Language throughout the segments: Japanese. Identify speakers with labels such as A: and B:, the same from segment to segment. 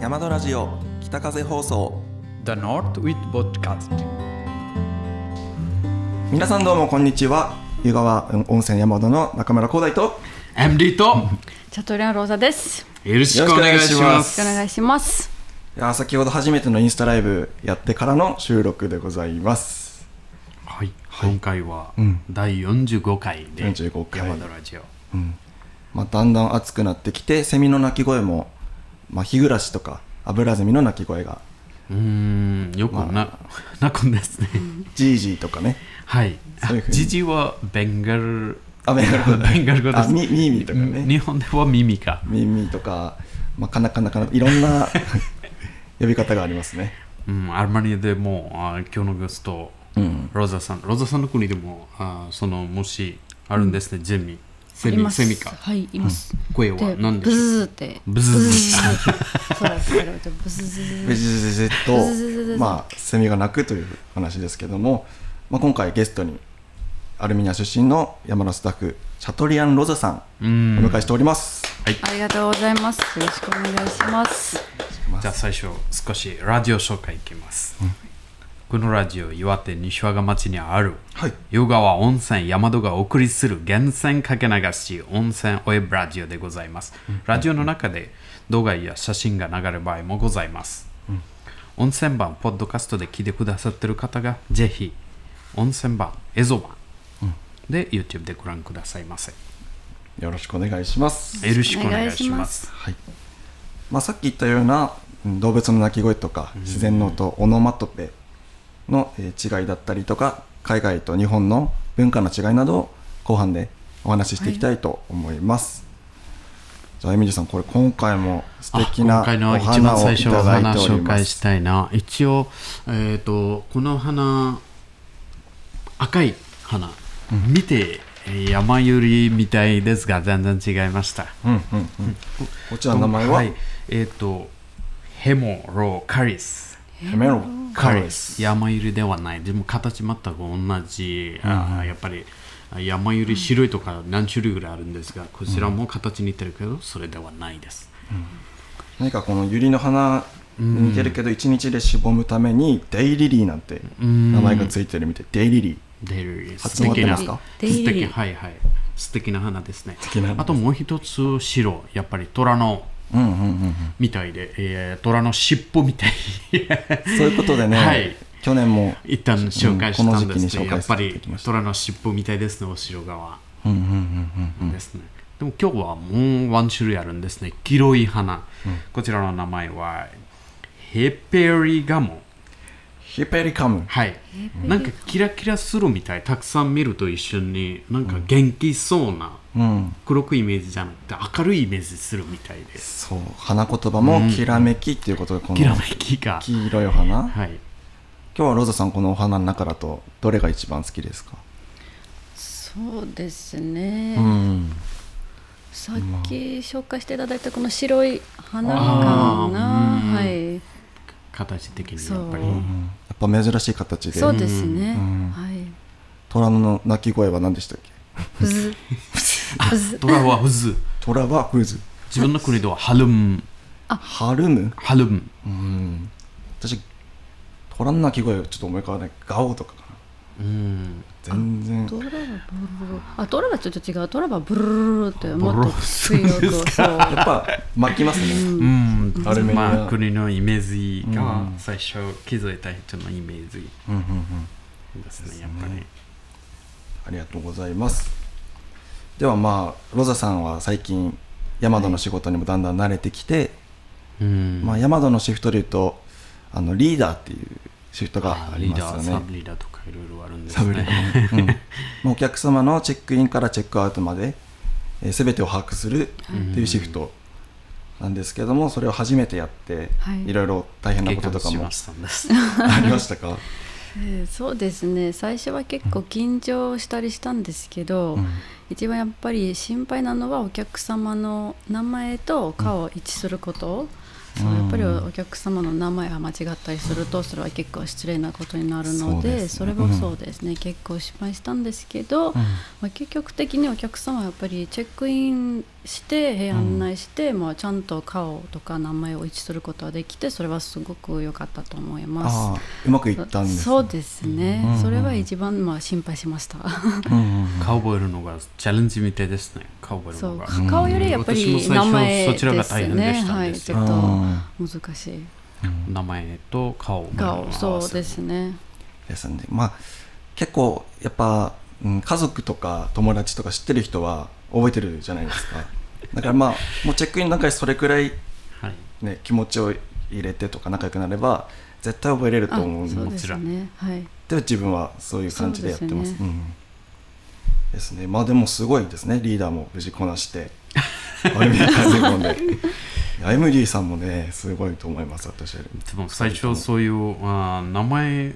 A: 山田ラジオ北風放送
B: The North with Podcast
A: 皆さんどうもこんにちは湯川温泉山田の中村光大と
C: MD と
D: チャトリアンローザです。
C: よろしくお願いし
A: よろしくお願いしま
C: ますす
D: お願いします。
A: いやー先ほど初めてのインスタライブやってからの収録でございます
C: はい、今回は
A: ん
C: 第45回で
A: 45回
C: 山田ラジオ
A: まあ、だんだん暑くなってきてセミの鳴き声も、まあ、ヒグラシとかアブラゼミの鳴き声が
C: うーんよくな、なくんですね
A: ジージーとかね
C: はい
A: そういうふうに
C: ジジはベンガル
A: あベンガル語だ
C: ベンガル語です
A: あミミーミーとかね
C: 日本では耳か
A: ミミとか、まあ、カナカナカナいろんな 呼び方がありますね
C: うん、アルマニアでもあ今日のゲスト、
A: うん
C: ロザさんロザさんの国でもあその虫あるんですね、ゼミセ
D: いま
C: ミ
D: す
C: セミか
D: はい、います。
C: 声は
D: で、
C: 何で
D: ブ
C: しょう
D: ズズって。
C: ブズズ
D: ズそう、あれとブズズズ
A: ベジゼゼ
D: ズ。ズズズ
A: と、
D: ズ
A: まあ、セミが鳴くという話ですけども、まあ、今回ゲストにアルミニア出身の山田スタッフシャトリアン・ロザさん
C: う
A: お
C: ん
A: 迎えしております、
D: ありがとうございます。よろしくお願いします。
C: じゃあ最初少しラジオ紹介いきます、このラジオ岩手西和賀町にある
A: はい
C: 湯川温泉山戸がお送りする源泉かけ流し温泉ウェブラジオでございます、ラジオの中で動画や写真が流れる場合もございます、温泉版ポッドキャストで聞いてくださってる方がぜひ温泉版映像版で YouTube でご覧くださいませ
A: よろしくお願いします、
C: よろしくお願いします
A: はいまあ、さっき言ったようなうん動物の鳴き声とか自然の音、オノマトペのえー違いだったりとか海外と日本の文化の違いなどを後半でお話ししていきたいと思います、じゃあエミリーさんこれ今回も素
C: あ
A: 敵なお
C: 今回の一
A: 花
C: 番
A: を
C: 最
A: い
C: 初
A: た
C: の
A: だい
C: 花
A: ており
C: 紹
A: ま
C: 介し
A: す
C: たいな一応、えー、とこの花赤い花、見てえー山よりみたいですが全然違いました
A: うんうんうんこちらの名前は、
C: いえっ、とヘモロカリス
A: ヘメロカリス
C: 山ゆりではないでも形全く同じ、あーやっぱりあ山ゆり白いとか何種類ぐらいあるんですがこちらも形似てるけどそれではないです、
A: 何かこのユリの花に似てるけど一日でしぼむためにデイリリーなんて名前がついてるみたいデイリリー
C: デイリー
A: 発音合ってますか
C: 素敵な素
D: デイリ
C: 敵
D: ー
C: はいはい素敵な花ですね
A: 敵な花です
C: あともう一つ白やっぱり虎の
A: うんうんうんうん
C: みたいで、えー、虎の尻尾みたい
A: そういうことでね、
C: はい
A: 去年も、
C: 一旦紹介したんです
A: う
C: ね、
A: んこの時期に紹
C: や
A: 介
C: っぱ
A: していただ
C: り
A: きました
C: 虎の尻尾みたいですねお城側
A: うんうんうん
C: ですね、でも今日はもうワン種類あるんですね黄色い花、こちらの名前はヘペリガモ
A: ヒペリカム、
C: はい、なんかキラキラするみたいたくさん見ると一緒になんか元気そうな、
A: うん、
C: 黒くイメージじゃなくて明るいイメージするみたいです
A: そう花言葉もきらめきっていうことでこの
C: きらめきが
A: 黄色いお花、今
C: はい
A: 日はロザさんこのお花の中だとどれが一番好きですか、
D: そうですね
A: う。ん、
D: さっき紹介していただいたこの白い花か
C: あーうん
D: な。はい。
C: 形的に
D: そう
C: やっぱり
A: うんやっぱ珍しい形で
D: そうですね。
A: ん
D: はい。
A: 虎の鳴き声は何でしたっけ
D: ブズ。ブズ。
C: ドラはフズ
A: 虎はフーズ
C: 自分の国ではハルム
A: ハルム
C: ハルム
A: うん私虎の鳴き声ちょっと思い浮かばないガオとかかな
C: うん
A: 全然
D: トラバブルルルあトラバちょっと違うトラバブルルルルっても
C: ブル
D: っ
C: ル
D: と
C: ル
D: 強くそう
A: やっぱ巻きます ね
C: うん
A: アルメニア
C: まあ国のイメージが最初気づいた人のイメージ
A: うんうんうん
C: ですねやっぱり
A: ありがとうございます。ではまあロザさんは最近ヤマドの仕事にもだんだん慣れてきて、
C: うん
A: まあヤマドのシフトでいうとあのリーダーっていうシフトがあり
C: リー
A: ます
C: ダー
A: よ
C: サ
A: ね
C: ブ。リーダーとかいろいろあるんです
A: サブリーダ
C: ね
A: ー。うんまあお客様のチェックインからチェックアウトまで、えー、全てを把握するっていうシフトなんですけども、それを初めてやって、
D: はい
A: い、ろいろ大変な
C: 経
A: ことと
C: 験
A: か
C: し
A: も
C: ましたんです
A: ありましたか。
D: えーそうですね最初は結構緊張したりしたんですけど、
A: うん
D: 一番やっぱり心配なのはお客様の名前と顔を一致すること、そうやっぱりお客様の名前が間違ったりするとそれは結構失礼なことになる
A: そ
D: の
A: う
D: でそ
A: ですね
D: れもそうですね、結構失敗したんですけど、
A: うん
D: まあ、究極的にお客様はやっぱりチェックインして部屋案内して、まあ、ちゃんと顔とか名前を一致することができてそれはすごく良かったと思います。
A: ああうまくいったんですね
D: そうですね、
A: うんうん
D: それは一番まあ心配しました。
A: うんうん
C: 顔覚えるのがチャレンジみたいですね。顔覚える
D: そ
C: の
D: う
C: が。
D: 顔よりやっぱり名前
C: 私も最初そちらが大
D: です
C: 変で
D: ね。
C: したん
D: は
C: で
D: い、
C: す
D: ち
C: よ
D: ょっと
A: うん
D: 難しい。
C: 名前と顔
D: 顔そうです
C: ね。
D: ね。
A: ですんでまあ結構やっぱ、うん、家族とか友達とか知ってる人は覚えてるじゃないです かだからまあもうチェックインの中でそれくらい、
C: はい。
A: ね、気持ちを入れてとか仲良くなれば絶対覚えれると
D: あ、
A: 思うんで
D: そう
A: で
D: ですね。はい。
A: 自分はそういう感じでやってます
D: そううです
A: んですねまあでもすごいですねリーダーも無事こなしてアルミカゼコン でエムリーさんもねすごいと思います私は
C: でも最初そういうあー名前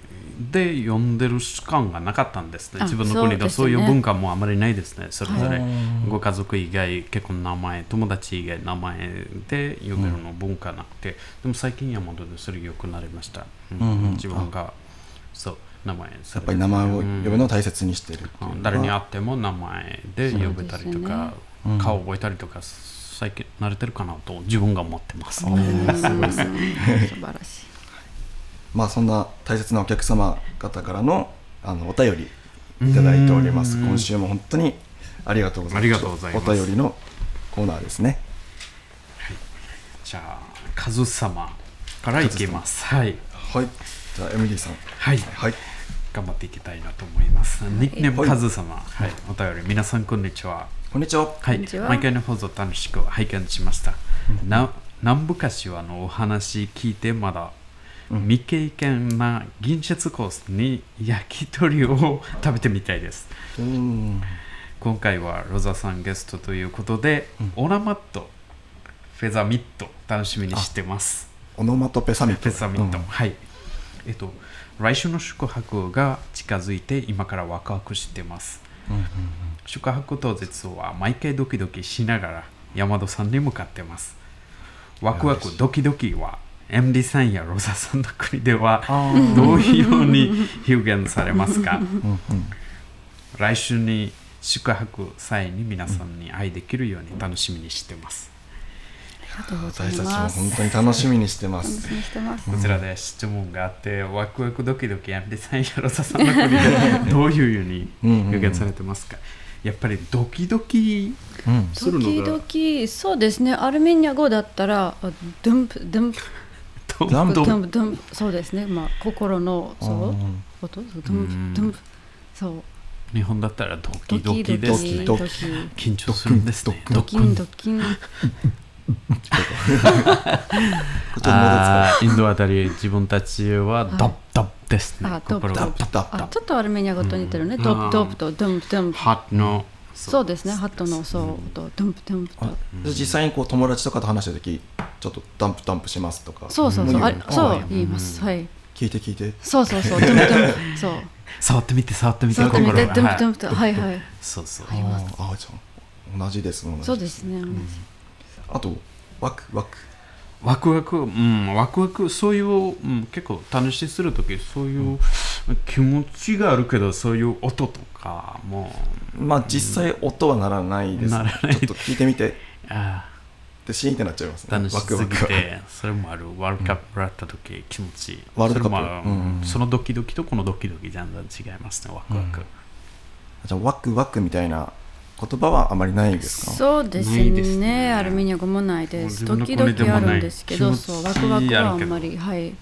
C: で呼んでる主観がなかったんですね。
D: あ
C: 自分の国だと
D: そ
C: そうう
D: で
C: いう
D: すね
C: 文化もあまりないですね。それぞ
A: は
C: れ
A: い
C: ご家族以外、結婚名前、友達以外名前で呼べるの文化なくて、でも最近山本でそれ良くなりました。うん
A: うんうん
C: 自分がそう名前
A: やっぱり名前を呼ぶのを大切にしてるっていうの
C: うん
A: が
C: 誰に会っても名前で呼べた
A: そ
C: りとか、
A: うですよね
C: 顔覚えたりとか最近慣れてるかなと自分が思ってます。
D: うん素晴らしい。
A: まあそんな大切なお客様方からのあのお便りいただいております。
C: うん
A: 今週も本当にありがとうございます。
C: ありがとうございます
A: お便りのコーナーですね。
C: じゃあカズ様からいきます。はい
A: はい。じゃあエミリーさん。
C: はい
A: はい。
C: 頑張っていきたいなと思います。ニックネーム
A: はい
C: カズ様、はい、お便り皆さんこんにちは。
A: こんにちは。
C: は
D: こん
C: い
D: にち、は
C: 毎回の放送楽しく拝見しました。な南部柏のお話聞いてまだ未経験な銀シャツコースに焼き鳥を食べてみたいです。
A: うん。
C: 今回はロザさんゲストということで、オラマットフェザミット楽しみにしてます
A: オノマトペサミット。
C: フェザミット、
A: うん
C: はいえっと来週の宿泊が近づいて今からワクワクしてます、宿泊当日は毎回ドキドキしながら山戸さんに向かってますワクワクドキドキは MD さんやロザさんの国ではどういうように表現されますか 来週に宿泊際に皆さんに会いできるように楽しみにしてます、
D: ありがとうござい
A: 私たちも
D: ます。
A: 本当に楽しみにしてま
D: 楽し
A: す。
D: みにしてます。
C: こちらで質問があってワクワクドキドキやんでさんやろささんの国でどういうように表現されてますか、やっぱりドキドキ
A: うん。
C: するのが
D: 時々そうですね。アルメニア語だったらあドゥンプドゥンプ
C: ドン
A: ドン
D: ドゥ
A: プ
D: ンプドゥンプそうですね。まあ心のそう音そうドゥンプドゥンプそう
C: 日本だったらドキド
D: ドキ
C: キですね
A: ド
D: ド
A: キ
D: キ
C: 緊張するんですね
D: ドキンドキン
A: こちらに戻って
C: あーインドあたり自分たちはドッドッですね
D: あドッ
C: 心
D: ド
C: が
A: ダッダッダッ。
D: あちょっとアルメニア語と似てるね。ド
C: うん
D: ッドップとドゥンプドゥンプ
C: ハートの
D: そうですね。ハットのそうとドゥンプドゥンプと
A: あじゃあ実際にこう友達とかと話した時ちょっとダンプダンプしますとか
D: そうそうそうあそう言います。はい。
A: 聞いて聞いて
D: そうそうそう、ドゥンドゥン、そう。
C: 触ってみて触ってみて
D: 触ってみて、ドゥンドゥン
C: は
D: ドゥン、はいはい。
C: いそうそう
D: あります
A: ああじゃあ同じですもんね
D: そうですね。同じ
A: あとワクワク
C: ワクワク、うん、ワクワク、そういう、うん、結構楽しいするとき、そういう気持ちがあるけど、そういう音とかも、
A: まあ実際音はならないです、
C: ならない
A: ちょっと聞いてみてっ
C: あ
A: てシーンってなっちゃいます
C: あ楽しすぎ
A: ワクワク
C: て、それもある、ワールドカップあったとき、気持ちいい。
A: ワールドカップ
C: それもある
A: うん
C: そのドキドキとこのドキドキ、だんだん違いますね、ワクワク。
A: じゃあワクワクみたいな言葉はあまりないですか
D: そうです
C: ないですね
D: ね。アルミニア語もないです。
C: もう自
D: 時
C: 分の国でもな
D: 々あ
C: い
D: るんですけ
C: 気
D: ど、
C: 持ち
D: そう、ワクワクはあ
C: あるけ
D: ん
C: ど
D: まり、はい。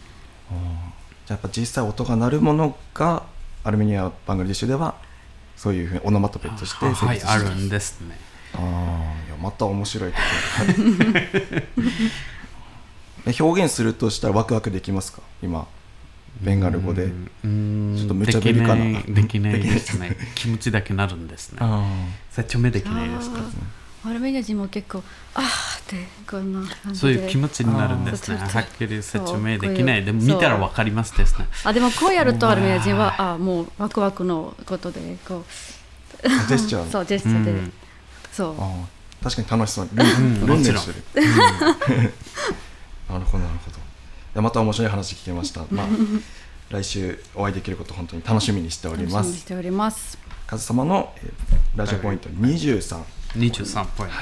A: じゃあやっぱ実際音が鳴るものがアルメニアバングラデシュではそういうふうにオノマトペとして成立して
C: はい、あるんですね。
A: あーいやまた面白いこと え表現するとしたらワクワクできますか今ベンガル語で
C: うん
A: ちょっと無茶ぶりかな
C: できないできないです ね。気持ちだけなるんですね。説明できないですか
D: アルメニア人も結構、あーって、こんな感じで。
C: そういう気持ちになるんですね。
D: あー
C: はっきり説明できない。で
D: そ
C: も
D: う
C: 見たらわかりますですね。
D: あ、でも、こうやると、アルメニア人は、あ、もう、ワクワクのことで、こ
A: ジェスチャ
D: う。
A: ー
D: そう、ジェスチ
C: う
D: ャーで
C: ん。
D: そう。
A: あー確かに楽しそうにルンルンルンしてる、なるほどなるほどいやまた面白い話聞けま したまあ来週お会いできること本当に楽しみにしており
D: 楽し
A: ま
D: みにし
A: す
D: ております
A: カズ様の、えーラジオポイント23で
C: 23ポイント、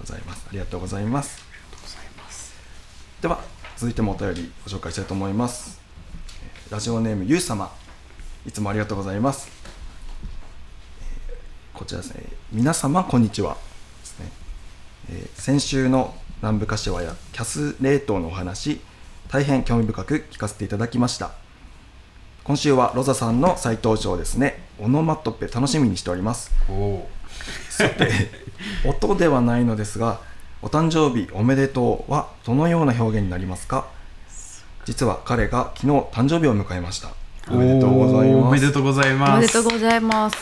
A: ございますありがとうございますでは続いてもお便りご紹介したいと思いますえーラジオネームゆうさまいつもありがとうございますえーこちらですね皆様こんにちはですねえー先週の南部柏やキャス冷凍のお話大変興味深く聞かせていただきました今週はロザさんの再登場ですねオノマトペ楽しみにしております
C: おお
A: さて音ではないのですがお誕生日おめでとうはどのような表現になりますか実は彼が昨日誕生日を迎えましたおめでとうござい
C: お
A: ま
C: め
A: す
C: でとうござい
D: お
C: ま
D: めですとうございます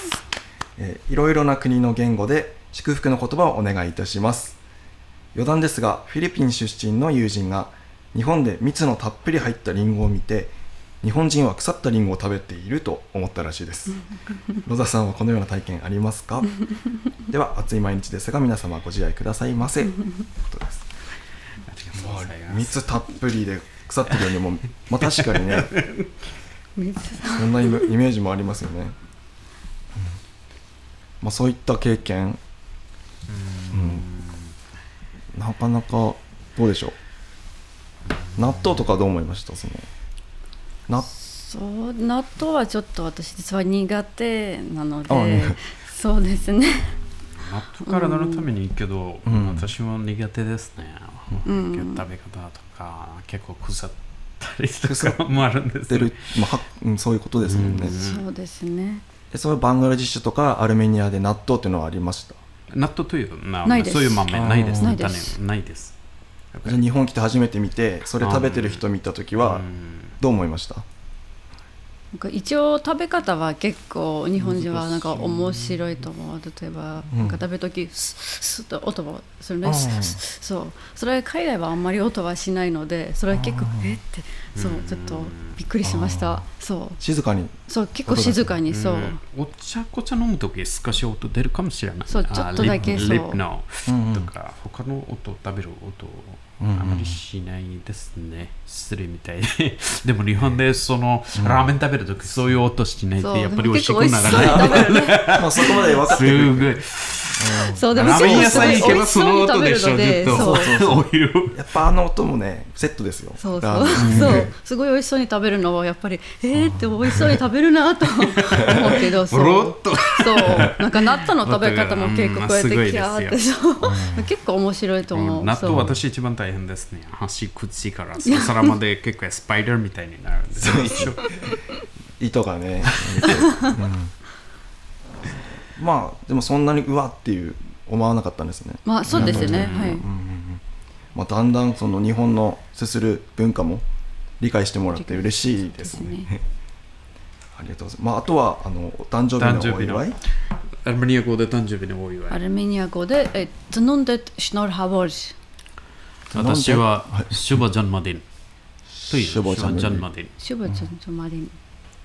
A: えーいろいろな国の言語で祝福の言葉をお願いいたします余談ですがフィリピン出身の友人が日本で蜜のたっぷり入ったリンゴを見て日本人は腐ったリンゴを食べていると思ったらしいですロザさんはこのような体験ありますかでは暑い毎日ですが皆様ご自愛くださいませということです
C: ありがとうございます
A: 蜜たっぷりで腐ってるよりもまあ確かにね
D: めっちゃ
A: そんなイメイメージもありますよね、うんまあ、そういった経験うんなかなかどうでしょう納豆とかどう思いましたそのな
D: そう納豆はちょっと私実は苦手なの
A: あね
D: でそうですね
C: 納豆からなるためにいいけど、
A: うん
C: 私も苦手ですね、
D: うん
C: 結構食べ方とか結構腐ったりとかもあるんです
A: 出
C: よ
A: る、まあはうん、そういうことですもんね、
C: うん
D: そうですね
A: えそれバングラディッシュとかアルメニアで納豆っていうのはありました
C: 納豆というな
D: ないです
C: そういう豆
A: あー
C: ないです
D: な
C: ね
D: いです
C: 種ないです
A: じゃあ日本来て初めて見てそれ食べてる人見た時
C: う
A: は
C: ん
A: どう思いました、
D: なんか一応食べ方は結構日本人はなんか面白いと思う例えば
A: うん
D: なんか食べる時スッスッと音をするね
A: あー
D: スッスッそうそれは海外はあんまり音はしないのでそれは結構
A: あー
D: えってそう
C: うん
D: ちょっとびっくりしまし
A: あー
D: たそう
A: 静かに
D: そう結構静かにそう
C: うんお茶こ茶飲む時少し音出るかもしれない
D: そう
C: あー
D: ちょっとだけ
C: リップ
D: そう
C: リップの
A: うんうん
C: とか他の音食べる音あ
A: うんうん
C: まりしないですね失礼みたいで でも日本でそのラーメン食べる時そういう音しないっ
D: そう
C: てやっぱ
D: で
C: り
D: も
C: 美味し
D: 結
C: くな
D: 構美
C: らない
D: 味しそうに食べるね
A: まあそこまで分かってくる
C: すごい
D: そうでも
C: ラーメン屋さん行けば
D: す
C: そ
D: ごい
C: の
D: 美味し
C: 音でし
D: そう
C: ょ
D: に
C: ずっと
D: 食べるのでそう
C: お昼
A: やっぱあの音もねセットですよ
D: そうそ
A: ラ
D: う
A: ーメン
D: そうすごい美味しそうに食べるのをやっぱりえーって美味しそうに食べるなと思うけどそう
C: ほろっと
D: そうなんか納豆の食べ方も結構こうや
C: う
D: って
C: んまあ
D: キ
C: すごいですよ
D: ャーってそう結構面白いと思う
C: 納
D: そう
C: 豆私一番大変ですね端口からお皿まで結構スパイダーみたいになるんですよ一緒
A: 糸が ね、うんまあでもそんなにうわっていう思わなかったんですね、
D: まあそうですね
C: うん
D: はい
A: まあ、だんだんその日本のすする文化も理解してもらって嬉しいですね
D: そうですね
A: ありがとうございます、まあ、あとはあのお誕生日のお祝い
C: 誕 アルメニア語で誕生日のお祝い
D: アルメニア語でえ「ツノンデシュノルハボルシ
C: 私はシュバジャンマディンというシ
A: シ
C: ュ
A: ュバ
C: バ
A: ジ
C: ジ
A: ャンマディン
C: ャンマディン」
D: シュバチョンチョマリン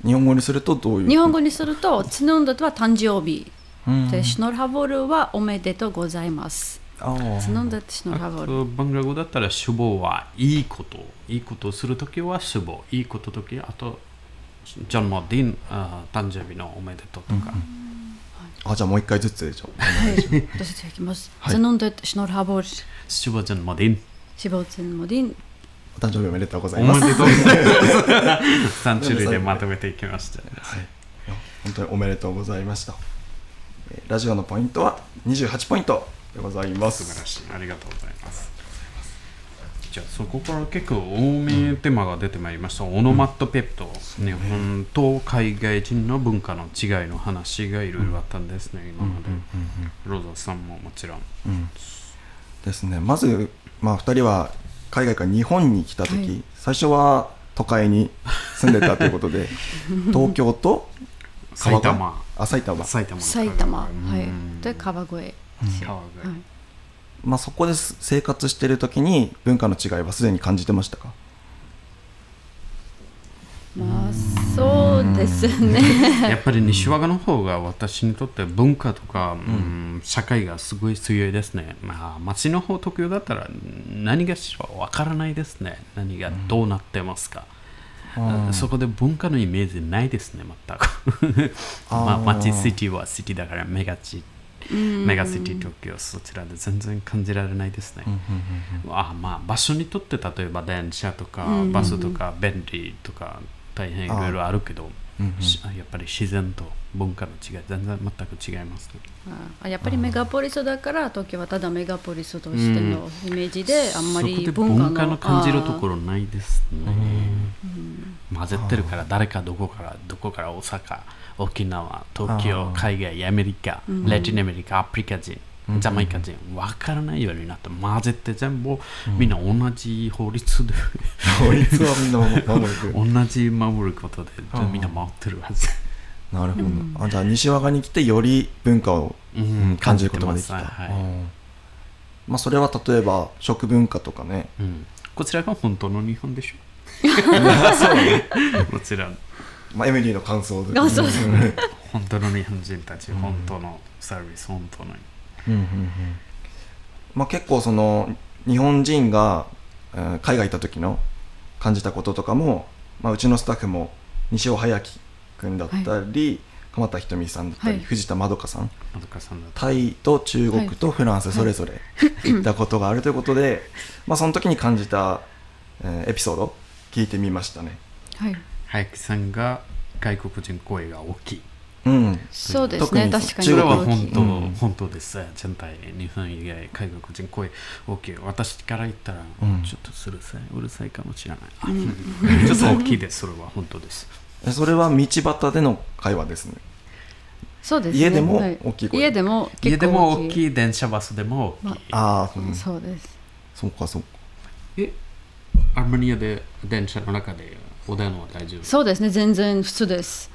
A: 日本語にするとどういう
D: 日本語にすると「ツノンデ」は誕生日
A: うん
D: で「シュノルハボル」は「おめでとうございます」
A: あ
D: 「
A: ー
D: ツノンデ」「シュノルハボル」
C: バングラ語だったら「主語はいいこと」いいことをするときは「主語」いいことときあとジャンマディンあ誕生日のおめでとうとか、
A: あじゃあもう一回ずつでしょ
D: はい私たち行きます「
A: い
D: ツノンデ」「シュノルハボル」
C: シュバジャンマディン
D: 「シュバチョンマリン」
A: お誕生日おめでとうござい
C: お
A: ます
C: めで とうございます3種類でまとめていきました
A: いや本当におめでとうございましたえーラジオのポイントは28ポイントでございま
C: 素晴
A: す
C: らしいありがとうございますじゃあそこから結構多めテーマが出てまいりました、オノマットペプト、日本と海外人の文化の違いの話がいろいろあったんですね、今まで、ロザさんももちろん
A: ですねまず、まあ、2人は海外から日本に来た時、
D: はい
A: 最初は都会に住んでたということ で東京と川
C: 埼
A: 越
C: 玉
A: あ埼玉
C: 埼玉の
D: 埼玉は
C: うん
D: いで川越はい
C: 川越、
A: まあ、そこです生活してる時に文化の違いはすでに感じてましたか
D: まあそうですね。
C: やっぱり西和賀の方が私にとって文化とか、うん社会がすごい強いですね。まあ、町の方特有だったら何がしろわからないですね。何がどうなってますか。そこで文化のイメージないですね、全く。 まあ、町シティはシティだからメガチ、メガシティ東京、そちらで全然感じられないですね。あまあ、場所にとって例えば電車とかバスとか便利とか大変いろいろあるけど、しやっぱり自然と文化の違い全然全く違いますね。
D: あやっぱりメガポリスだから東京はただメガポリスとしてのイメージで、あんま
C: そこ
D: り
C: で
D: 文化の
C: 文化の感じるとこ
D: ろ
C: ろないですね。混ぜてるから誰かどこからどこから大阪沖縄東京海外アメリカラティンアメリカアフリカ人ジャマイカ人分からないようになって混ぜて全部みんな同じ法律で
A: 法律はみんな守る
C: 同じ守ることでみんな守ってるはず。
A: なるほど、あじゃあ西和賀に来てより文化を、
C: うん
A: うん感じることができた、
C: 感じてます
A: う
C: はい
A: んまあ、それは例えば食文化とかね
C: うんこちらが本当の日本でしょ もちろん
A: まあ、エミリーの感想で
D: あそうそう
A: うん
C: 本当の日本人たち、本当のサービス本当の
A: うんうんうんまあ、結構その日本人が、えー海外行った時の感じたこととかも、まあ、うちのスタッフも西尾早樹君だったり、鎌田ひとみさんだったり、
D: はい
A: 藤田まどかさん
C: まどかさんだと
A: タイと中国とフランスそれぞ れ行ったことがあるということで、まあ、その時に感じた、えーエピソード聞いてみましたね。
D: はい
C: 早木さんが外国人声が大きい
A: うん、
D: そうですね
A: 特に
D: 確かに
A: 中
C: それ
A: 国
C: は
A: の
C: 本当、
A: うん
C: 本当です全体日本以外外国人声大きい私から言ったら、
A: うん
C: ちょっとうるさいうるさいかもしれないあ ちょっと大きいですそれは本当です
A: えそれは道端での会話ですね。
D: そうですね
A: 家でも
D: はい
A: 大きい声
D: 家でも
C: 家
D: 結
C: で
D: 構
C: も
D: 大きい
C: 大きい電車バスでも大きい、
A: ああ、うん、
D: そうです
A: そうかそうか。
C: えアルメニアで電車の中でお電話は大丈夫
D: そうですね全然普通です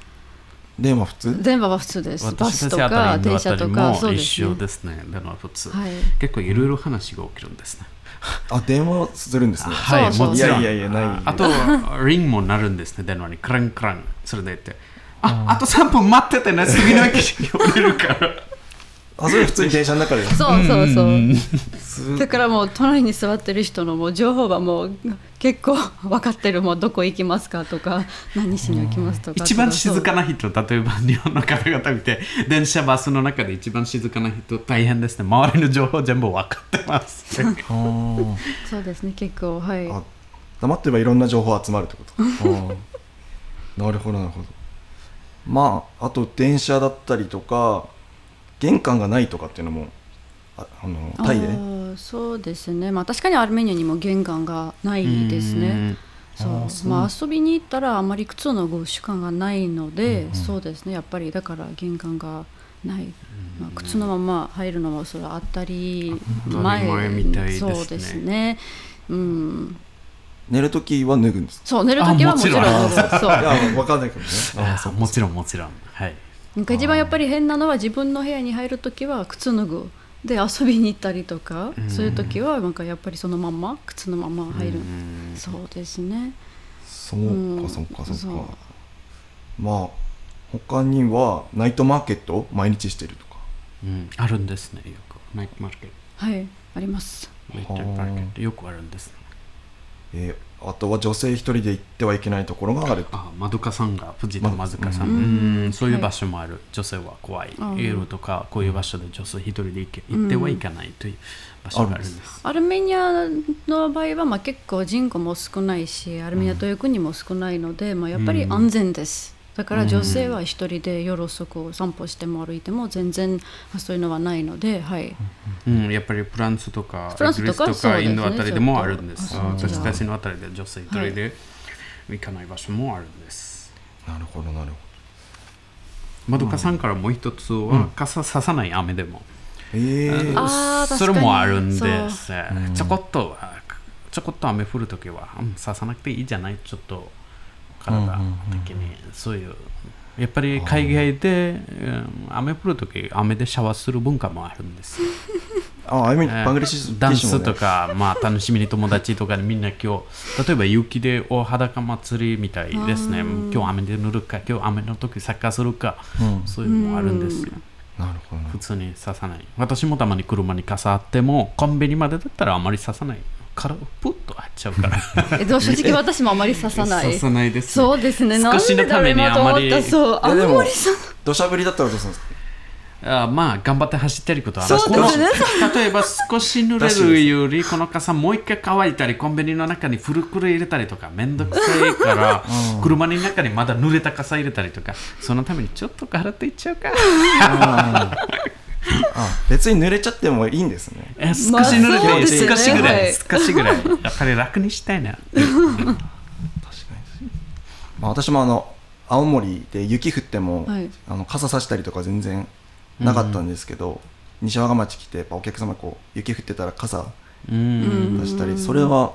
A: 電話普通
D: 電話は普通ですバ
C: 私
D: ス
C: た
D: と
C: ちあたり
D: か
C: の
D: 電
C: あた
D: 車
C: り
D: とか
C: も
D: そう
C: 一
D: です
C: 緒
D: ね
C: ですね、電話普通、
D: はい
C: 結構いろいろ話が起きるんですね。
A: あ電話するんですね。
C: はい、
D: そうそう
C: もちろん。
A: いやいやいやない
C: あと、リングも鳴るんですね、電話に。クランクラン。それで言って、あ、あと3分待っててね、次の駅に降りるから。
A: あそれ普通に電車の中で。
D: そうそうそう
A: す
D: だからもう隣に座ってる人のもう情報はもう結構分かってるもうどこ行きますかとか何しに行きますとか
C: 一番静か
D: な
C: な人、例えば日本の方々見て、電車、バスの中で一番静かな人、大変ですね。周りの情報全部分かってます。
A: あー
D: そうですね結構はい
A: あ黙ってればいろんな情報集まるってことなるほどなるほどまああと電車だったりとか玄関がないとかっていうのもああのタイで
D: あーそうですねまあ確かにアルメニアにも玄関がないですねそう
A: あーそう
D: まあ遊びに行ったらあまり靴のご習慣がないので、そうですねやっぱりだから玄関がない、まあ、靴のまま入るのもそれは当たり前
C: 当たり前みたいですね
D: そうですねうん
A: 寝る時は脱ぐんです
D: そう寝る時はもちろん
C: あ
D: そう
A: いや分かんないけどね
C: あそうもちろん、もちろん。はい。
D: なんか一番やっぱり変なのは自分の部屋に入る時は靴脱ぐで遊びに行ったりとか、そういう時はなんかやっぱりそのまんま靴のまま入る、そうですね
A: そう
D: う
A: か
D: ん
A: そうかそうか、
D: そう
A: まあ他にはナイトマーケットを毎日してるとか
C: うん、あるんですね、よく。ナイトマーケッ
D: はいあります
C: ト。ナイトマーケット、よくあるんですね。
A: えーあとは女性一人で行ってはいけないところがあると
C: あ、まどかさんが、藤田まどかさん。
A: う
C: うん、そういう
D: はい
C: 場所もある。女性は怖い
D: あ。ー
C: 夜とか、こういう場所で女性一人で行け行ってはいかないという場所があるんです。
D: アルメニアの場合はまあ結構人口も少ないしアルメニアという国も少ないので、まあ、やっぱり安全です、だから女性は一人で夜遅くを散歩しても歩いても全然まあそういうのはないので、はい、
C: うん、やっぱりフランスとか、
D: フランスとか
C: イギリスと
D: そう
C: か、
D: です
C: イ
D: ね
C: ンドあたりでもあるんです。
D: ちょっとあそう
C: 私
D: なんだ
C: たちのあたりで女性一人で行かない場所もあるんです。
A: なるほどなるほど
C: まどかさんからもう一つは、傘ささない雨でも。
A: ええー、
D: あー
C: それ
D: 確かに
C: もあるんです。ちょこっとは、ちょこっと雨降るときは、うん刺さなくていいじゃない、ちょっと体的に、そういう。やっぱり海外で、うん雨降るとき、雨でシャワーする文化もあるんです。
A: ああ、I mean
C: えー
A: バングラデシュ
C: ダンスと
A: か。
C: か、まあ、楽しみに友達とかにみんな今日例えば雪で大裸祭りみたいですね今日雨で塗るか今日雨の時サッカーするか、そういうのもあるんですよ
A: なるほどな。
C: 普通に刺さない私もたまに車に傘あってもコンビニまでだったらあまり刺さないからプッとあっちゃうから
D: えでも正直私もあまり刺さ ない
C: 刺さないですね
D: そうですね
C: 少しのためにあまり
D: なんでだろうなと思ったそうあ
A: えで
D: ん
A: も
D: まりその
A: 土砂降りだったらどうするんですか
C: あまあ頑張って走ってることはある
D: そうですね
C: この例えば少し濡れるよりこの傘もう一回乾いたりコンビニの中にフルクル入れたりとかめんどくさいから車の中にまだ濡れた傘入れたりとかそのためにちょっと洗っていっちゃう か
A: あ別に濡れちゃってもいいんですね。
C: え少し濡れ
D: まあ
C: て
D: そう
C: いい
D: ですね
C: 少しぐら
D: はいい
C: 少しぐらいやっぱり楽にしたいな
A: まあ、私もあの青森で雪降っても、
D: はい
A: あの傘さしたりとか全然なかったんですけど、西和賀町来てやっぱお客様こう雪降ってたら傘
C: うん
A: 出したり、それは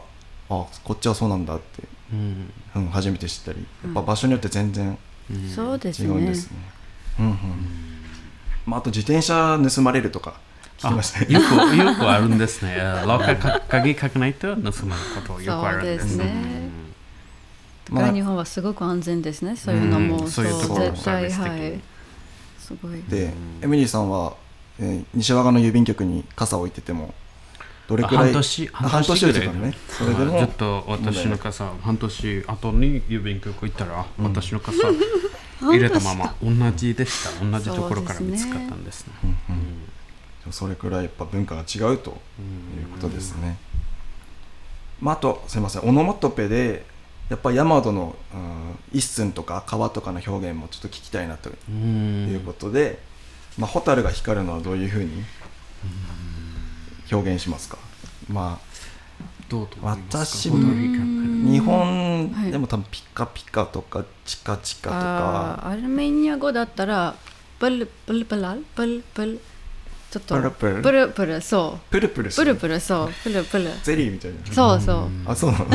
A: あこっちはそうなんだって、
C: うん
A: うん、初めて知ったりやっぱ場所によって全然
D: そうで
A: 違
D: す
A: う
D: ね
A: んですね。うんうんまあ、あと自転車盗まれるとか聞きましたね。
C: よくよくあるんですね。廊下か鍵かけないと盗まれることよくあるんです
D: そうですねだから日本はすごく安全ですねそういうのも、
C: うんそういうところ
D: 絶対
C: サービス的
D: は
C: に
D: いすごい
A: でエミリーさんは、えー西和賀の郵便局に傘を置いててもどれくらい
C: 半年
A: あ半年ですからねそれで
C: はい
A: も
C: ちょっと私の傘半年後に郵便局行ったら、私の 傘入れたまま同じでした同じところから見つかったんですね
A: でもそれくらいやっぱ文化が違うということですね。まあ、あとすみませんオノマトペでやっぱヤマドの、うん、一寸とか川とかの表現もちょっと聞きたいなと
C: うん
A: いうことで、まあ、蛍が光るのはどういうふうに表現しますか、ま
C: どうと
A: あ、
C: 思います
A: 私
C: か
A: も
D: ん
A: 日本
D: はい
A: でも多分ピカピカとかチカチカと
D: あ
A: か
D: ーアルメニア語だったらプルプルプラルプルプルちょっと
A: プルプル
D: プルプルそ
A: プルプル
D: う
A: す
D: プル
A: る
D: プルそうプルプル
A: ゼリーみたいな
D: そうそう
A: あそうなの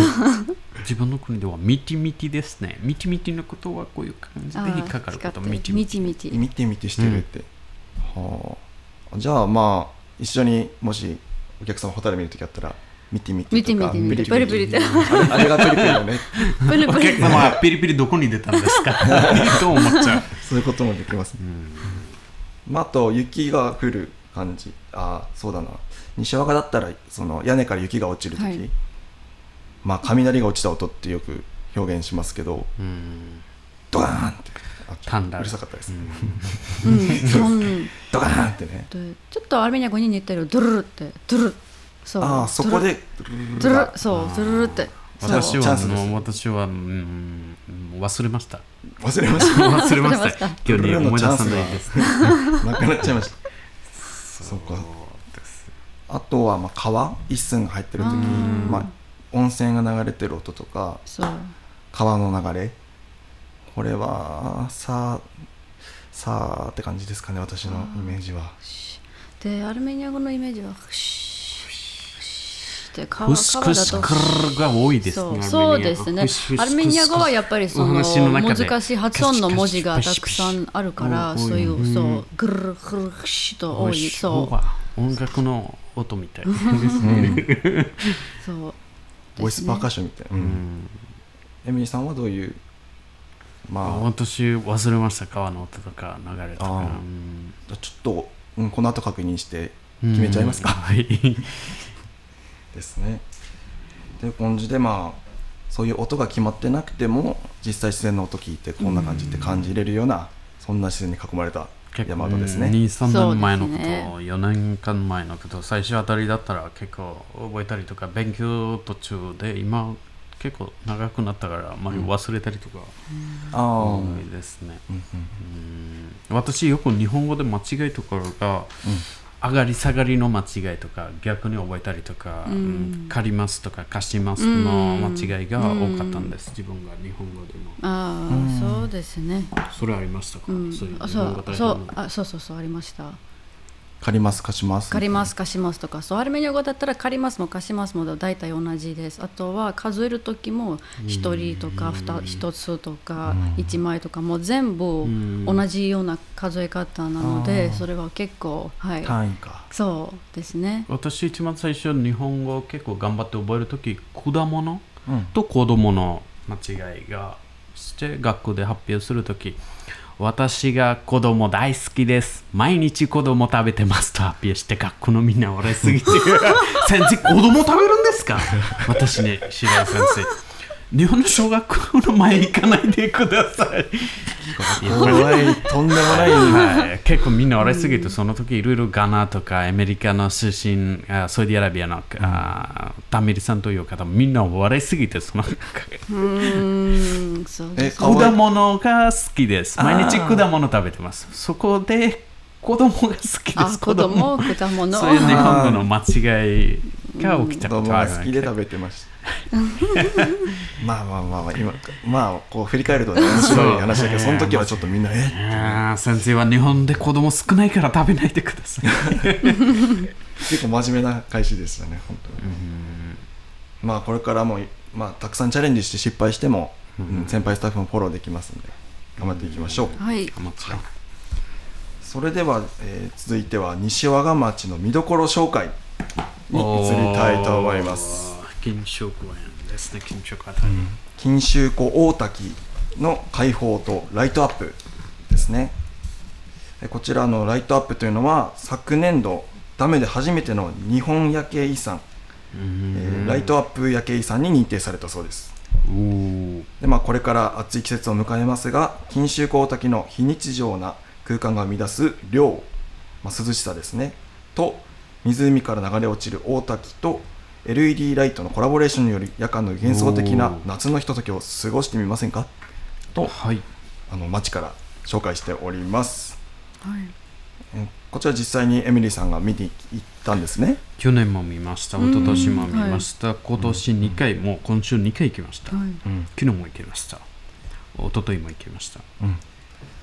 C: 自分の国ではミティミティですねミティミティのことはこういう感じで
D: あ
C: 引っ
D: ー
C: かかること
D: 使って
C: ミティミ
D: み
C: テ
D: ちみち
A: 見て見てしてるって、はあじゃあまあ一緒にもしお客さんホタル見るときあったら見て見て
D: 見
A: と
D: て見
A: か
D: て見てプルプルって
A: あれあれがプリプリだね
D: プル
C: ィお
D: プ
C: 客
D: ル
C: 様はピリピリどこに出たんで すかと思っちゃう
A: そういうこともできます、まあ、あと雪が降る感じあそうだな西和賀だったらその屋根から雪が落ちるとき、
D: はい
A: まあ雷が落ちた音ってよく表現しますけど
C: うん
A: ドカーンって
C: 単
A: あ
C: だ
A: うるさかったですね、
D: うんうん
A: ドカーンってね
D: でちょっとアルメニア語に似てるドゥルルってドゥルルそう
A: ああそこで
D: ドゥルルそうドゥルルってそう
C: 私
A: チャ
C: は
A: ンスです
C: もう私は、うん、忘れま した。
A: 忘れました
C: 忘れまし
D: 忘れましたた。
C: 今日に思い出さないです。
A: なくなっちゃいましたそうかあとはまあ川一寸が入ってる時
D: あー
A: まあ、温泉が流れてる音とか
D: そう
A: 川の流れこれはさあさあって感じですかね私のイメージは
D: でアルメニア語のイメージはフシフシで川
C: フシ
D: 川
C: フ
D: だ
C: シ
D: と
C: クルが多いです
D: そ
C: ね。
D: うそうですねアルメニア語はやっぱりその難しい発音の文字がたくさんあるからそういうそうグルルグルルフシと多いそう
C: う。音楽の音みたい。
D: そう
A: ボイスパーカッションみたいな、うんエミリーさんはどういうまあ
C: 私忘れました川の音とか流れと
A: あ
C: か
A: ー。じゃあちょっと、うん、この後確認して決めちゃいますか、
C: はい。
A: ですね。という感じでまあそういう音が決まってなくても実際自然の音聞いてこんな感じって感じれるような、そんな自然に囲まれた山
C: う
A: 形
C: ん
A: ですね。
C: 2、3年前のこ
D: そうですね
C: と、四4年間前のこと、最初あたりだったら結構覚えたりとか、勉強途中で、今結構長くなったから、あまり忘れたりとか、
A: あ
C: 多
A: ー
C: いですね。うん私よく日本語で間違いところが、上がり下がりの間違いとか逆に覚えたりとか、うん借りますとか貸しますの間違いが多かったんです、自分が日本語でも
D: ああそうですね
C: それありましたか、
D: うん
C: そういう
D: あ
C: 日
D: そ
C: 本語
D: う
C: 大
D: そ
C: 変
D: うあそうそうそうありました
A: 借ります貸します
D: 借ります貸しますとかそうアルメニア語だったら借りますも貸しますも大体同じですあとは数える時も1人とか1つとか1枚とかもう全部同じような数え方なの
A: あ
D: で
A: ー
D: それは結構はい
A: 単位か
D: そうですね
C: 私一番最初日本語を結構頑張って覚えるとき果物
A: うん
C: と子供の間違いがして学校で発表するとき私が子供大好きです毎日子供食べてますと発表して学校のみんな笑い すぎて先生子供食べるんですか私ね白井先生日本の小学校の前行かないでください
A: 怖いとんでもない
C: はい、結構みんな笑いすぎて、その時いろいろガナとかアメリカの出身あサウディアラビアの、あタミリさんという方みんな笑いすぎてその
D: うんそう
A: え
D: です
A: かわい
C: 果物が好きです毎日果物食べてますそこで子供が好きで
D: あ
C: す
D: 子供果物
C: そういう日本語の間違いが起き
A: 子
C: たこ
A: 供
C: とあ
A: が
C: る
A: 好きで食べてましたまあまあまあまあ今まあこう振り返るとね面白い話だけど
C: そう
A: その時はちょっとみんなえ
C: あー先生は日本で子供少ないから食べないでください
A: 結構真面目な開始ですよね本当に、まあこれからも、まあ、たくさんチャレンジして失敗しても、うん先輩スタッフもフォローできますんで頑張っていきましょう、
D: はい
C: もちろん
A: それでは、えー続いては西和賀町の見どころ紹介に移りたいと思います
C: おー金色園ですね金色あたり、
A: 錦州湖大滝の開放とライトアップですねえこちらのライトアップというのは昨年度ダメで初めての日本夜景遺産、えーライトアップ夜景遺産に認定されたそうです
C: おー
A: で、まあ、これから暑い季節を迎えますが錦州湖大滝の非日常な空間が生み出す涼、まあ、涼しさですねと湖から流れ落ちる大滝と LED ライトのコラボレーションにより夜間の幻想的な
C: おー
A: 夏のひとときを過ごしてみませんかと
C: はい
A: あの町から紹介しております
D: はい
A: えこちら実際にエミリーさんが見に行ったんですね
C: 去年も見ました一昨年も見ました、今年2回、もう今週2回行きました、
D: はい
C: 昨日も行きました一昨日も行きました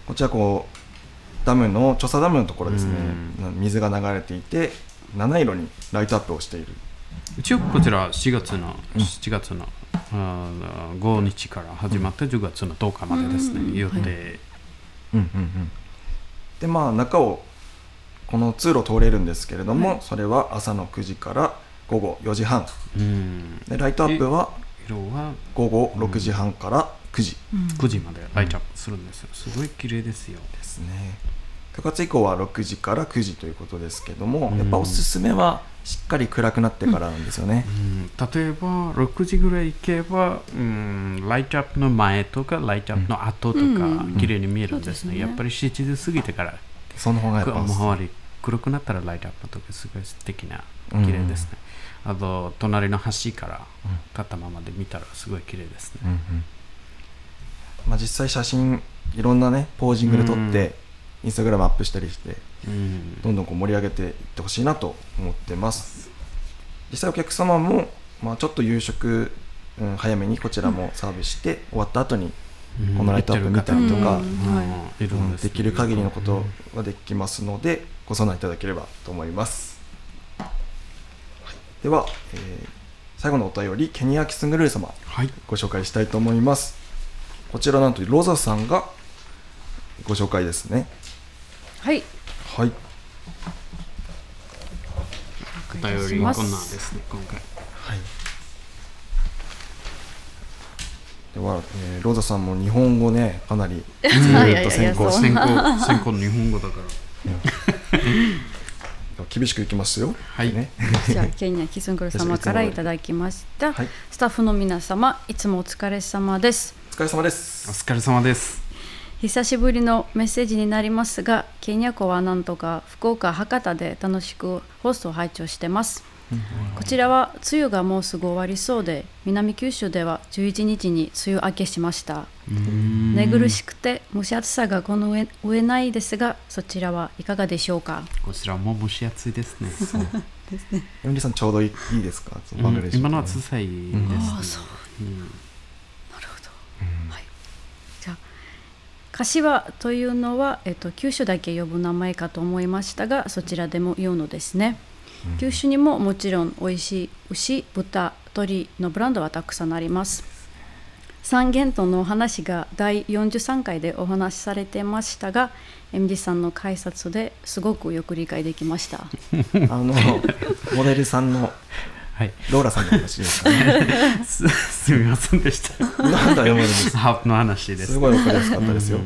A: こちらこうダムの調査ダムのところですね
C: う
A: 水が流れていて七色にライトアップをしている
C: 一応こちら4月の7月の、あー5日から始まって10月の10日までですね、予定、
A: でまあ中をこの通路を通れるんですけれども、それは朝の9時から午後4時半
C: うん
A: でライトアップは
C: 色は
A: 午後6時半から9時
C: 9時までライトアップするんですよすごい綺麗ですよ
A: ですね9月以降は6時から9時ということですけども、やっぱおすすめはしっかり暗くなってからなんですよね、
C: うん例えば6時ぐらい行けば、うん、ライトアップの前とかライトアップの後とか、綺麗に見えるんですね,、
D: そうですね
C: やっぱり7時過ぎてから
A: その方がやっぱおすすめ
C: 周り黒くなったらライトアップとかすごい素敵な
A: うん
C: 綺麗ですね、あと隣の橋から立ったままで見たらすごい綺麗ですね、
A: まあ、実際写真いろんなねポージングで撮って、インスタグラムアップしたりして
C: うん
A: どんどんこう盛り上げていってほしいなと思ってます実際お客様も、まあ、ちょっと夕食、うん早めにこちらもサービスして、終わった後にこのライトアップ見たりとか、
D: うん
C: いる
A: うん
C: ん
A: ですきる限りのこ
C: う
A: と
C: ん
A: はできますので、ご相談いただければと思います、では、えー最後のお便りケニア・キスングルー様
C: はい
A: ご紹介したいと思いますこちらなんとロザさんがご紹介ですね
D: はい
A: はい
C: お便りこんなんですね今回
A: では、えーロザさんも日本語ねかなりず
D: はい
A: ーっと
D: いや
A: 先
D: いや
A: 行
D: そ
A: して
D: う
C: 先行先行日本語だから
A: 厳しくいきますよ
C: はい
A: ね
D: じゃあケニアキスングル様からいただきました、
A: はい
D: スタッフの皆様いつもお疲れ様です
A: お疲れ様で
C: お
A: す
C: 疲れ様です
D: 久しぶりのメッセージになりますがケニア湖はなんとか福岡博多で楽しくホストを拝聴してますこちらは梅雨がもうすぐ終わりそうで南九州では11日に梅雨明けしました寝苦しくて蒸し暑さがこの上上ないですがそちらはいかがでしょうか
C: こちらも蒸し暑いですね
A: エミリーさんちょうどいいいいですか
C: うん
A: バングラデシュ
C: 今のは小さいですね
D: ああそうなるほど、はいじゃあ柏というのは、えっと、九州だけ呼ぶ名前かと思いましたがそちらでも言うのですね、九州にももちろん美味しい牛豚鶏のブランドはたくさんあります三元豚のお話が第43回でお話しされてましたが MD さんの解説ですごくよく理解できました
A: あのモデルさんの
C: はい、
A: ローラさんの話ですかね
C: すすみませんでした
A: なんだよモデルです
C: ハープの話です
A: すごい分かりやすかったですよ、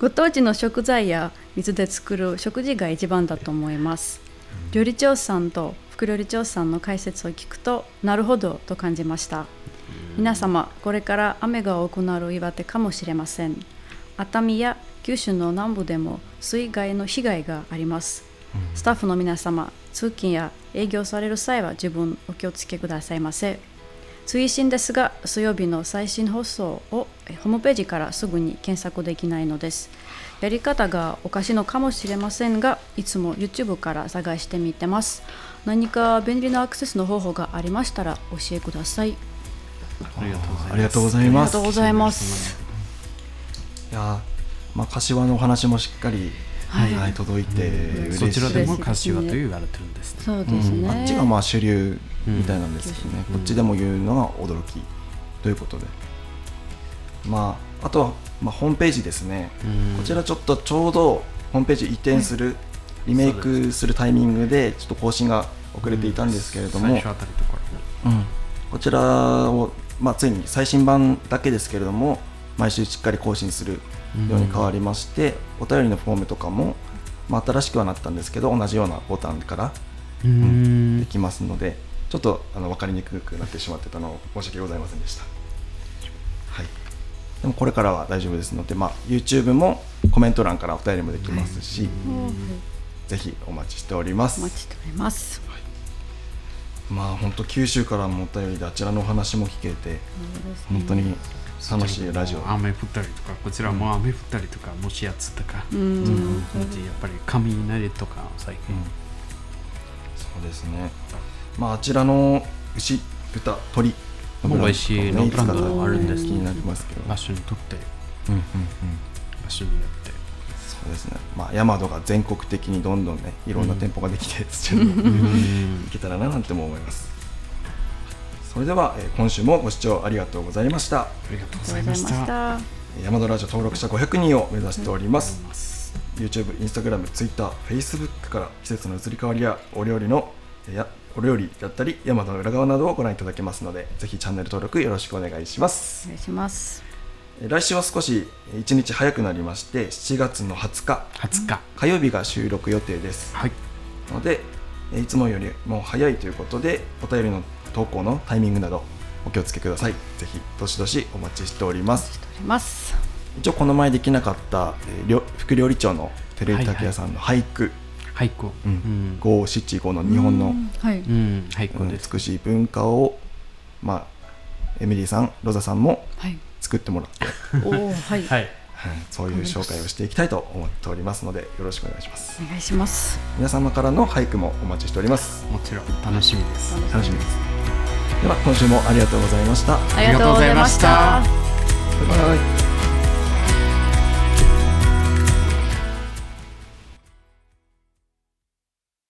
D: ご当地の食材や水で作る食事が一番だと思います料理長さんと副料理長さんの解説を聞くとなるほどと感じました皆様これから雨が多くなる岩手かもしれません熱海や九州の南部でも水害の被害がありますスタッフの皆様通勤や営業される際は十分お気をつけくださいませ追伸ですが水曜日の最新放送をえホームページからすぐに検索できないのですやり方がおかしいのかもしれませんがいつも YouTube から探してみてます何か便利なアクセスの方法がありましたら教えください
C: ありがとうございます
A: ありがとうござい
D: あり
A: ま
D: が
A: す
D: とうございます
A: いやーまあ柏のお話もしっかり、はい届いて嬉し
C: そ
A: い
C: ちらでも柏と言われてるんですね
D: そうですね、
A: うんあっちがまあ主流みたいなんですけどね、こっちでも言うのが驚きということで、まあ、あとは、まあ、ホームページですね、
C: うん
A: こちらちょっとちょうどホームページ移転する、リメイクするタイミングでちょっと更新が遅れていたんですけれども、
C: 最初あたりとか
A: うんこちらを、まあ、ついに最新版だけですけれども毎週しっかり更新するように変わりまして、お便りのフォームとかも、まあ、新しくはなったんですけど同じようなボタンから
C: うー
A: で
C: ん
A: きますのでちょっとあの分かりにくくなってしまってたのを申し訳ございませんでした、はい、でもこれからは大丈夫ですので、まあ、YouTube もコメント欄からお便りもできますし、
D: うん
A: ぜひお待ちしておりま
D: お
A: す
D: 待ちしております
A: まあ本当九州からもお便りであちらのお話も聞けて
D: そうですね
A: 本当に楽しいラジオ
C: 雨降ったりとかこちらも雨降ったりとか蒸し暑とか、
D: うん
C: そのうちやっぱり雷とか最近、
A: そうですねまああちらの牛豚鶏
C: もう美味しいのブランドがあるんです
A: ね
C: ね
A: 気になりますけど
C: 場所にとって
A: うんうんうん
C: 場所によって
A: そうですねまあヤマドが全国的にどんどんねいろんな店舗ができてそちらに も行けたらななんても思いますそれでは、えー今週もご視聴ありがとうございました
C: ありがとうご
D: あ
C: ざい
D: りが
C: ま
D: とう
C: し
D: ございましたた
A: ヤマドラジオ登録者500人を目指しております、YouTube、Instagram、Twitter、Facebook から季節の移り変わりやお料理のやお料理だったり山の裏側などをご覧いただけますのでぜひチャンネル登録よろしくお願いします
D: お願いします
A: え来週は少し1日早くなりまして7月の20日
C: 20日
A: 火曜日が収録予定です
C: はい
A: のでえいつもよりも早いということでお便りの投稿のタイミングなどお気をつけくださいぜひどしどしお待ちしております
D: しております
A: 一応この前できなかった、えー料副料理長の照井拓也さんの俳句、
C: 俳句うん
A: 五七五の日本の、
D: はい、
C: うん俳
A: う
C: 句
A: ん
C: です
A: 美しい文化を、まあ、エミリーさんロザさんも
D: はい
A: 作ってもらって、
D: おおはい、
C: はい
A: はいそういう紹介をしていきたいと思っておりますのでよろしくお願いします
D: お願いします
A: 皆様からの俳句もお待ちしております
C: もちろん楽しみです
A: 楽しみですでは今週もありがとうございました
D: あ
C: りがとうございました
A: バイバイ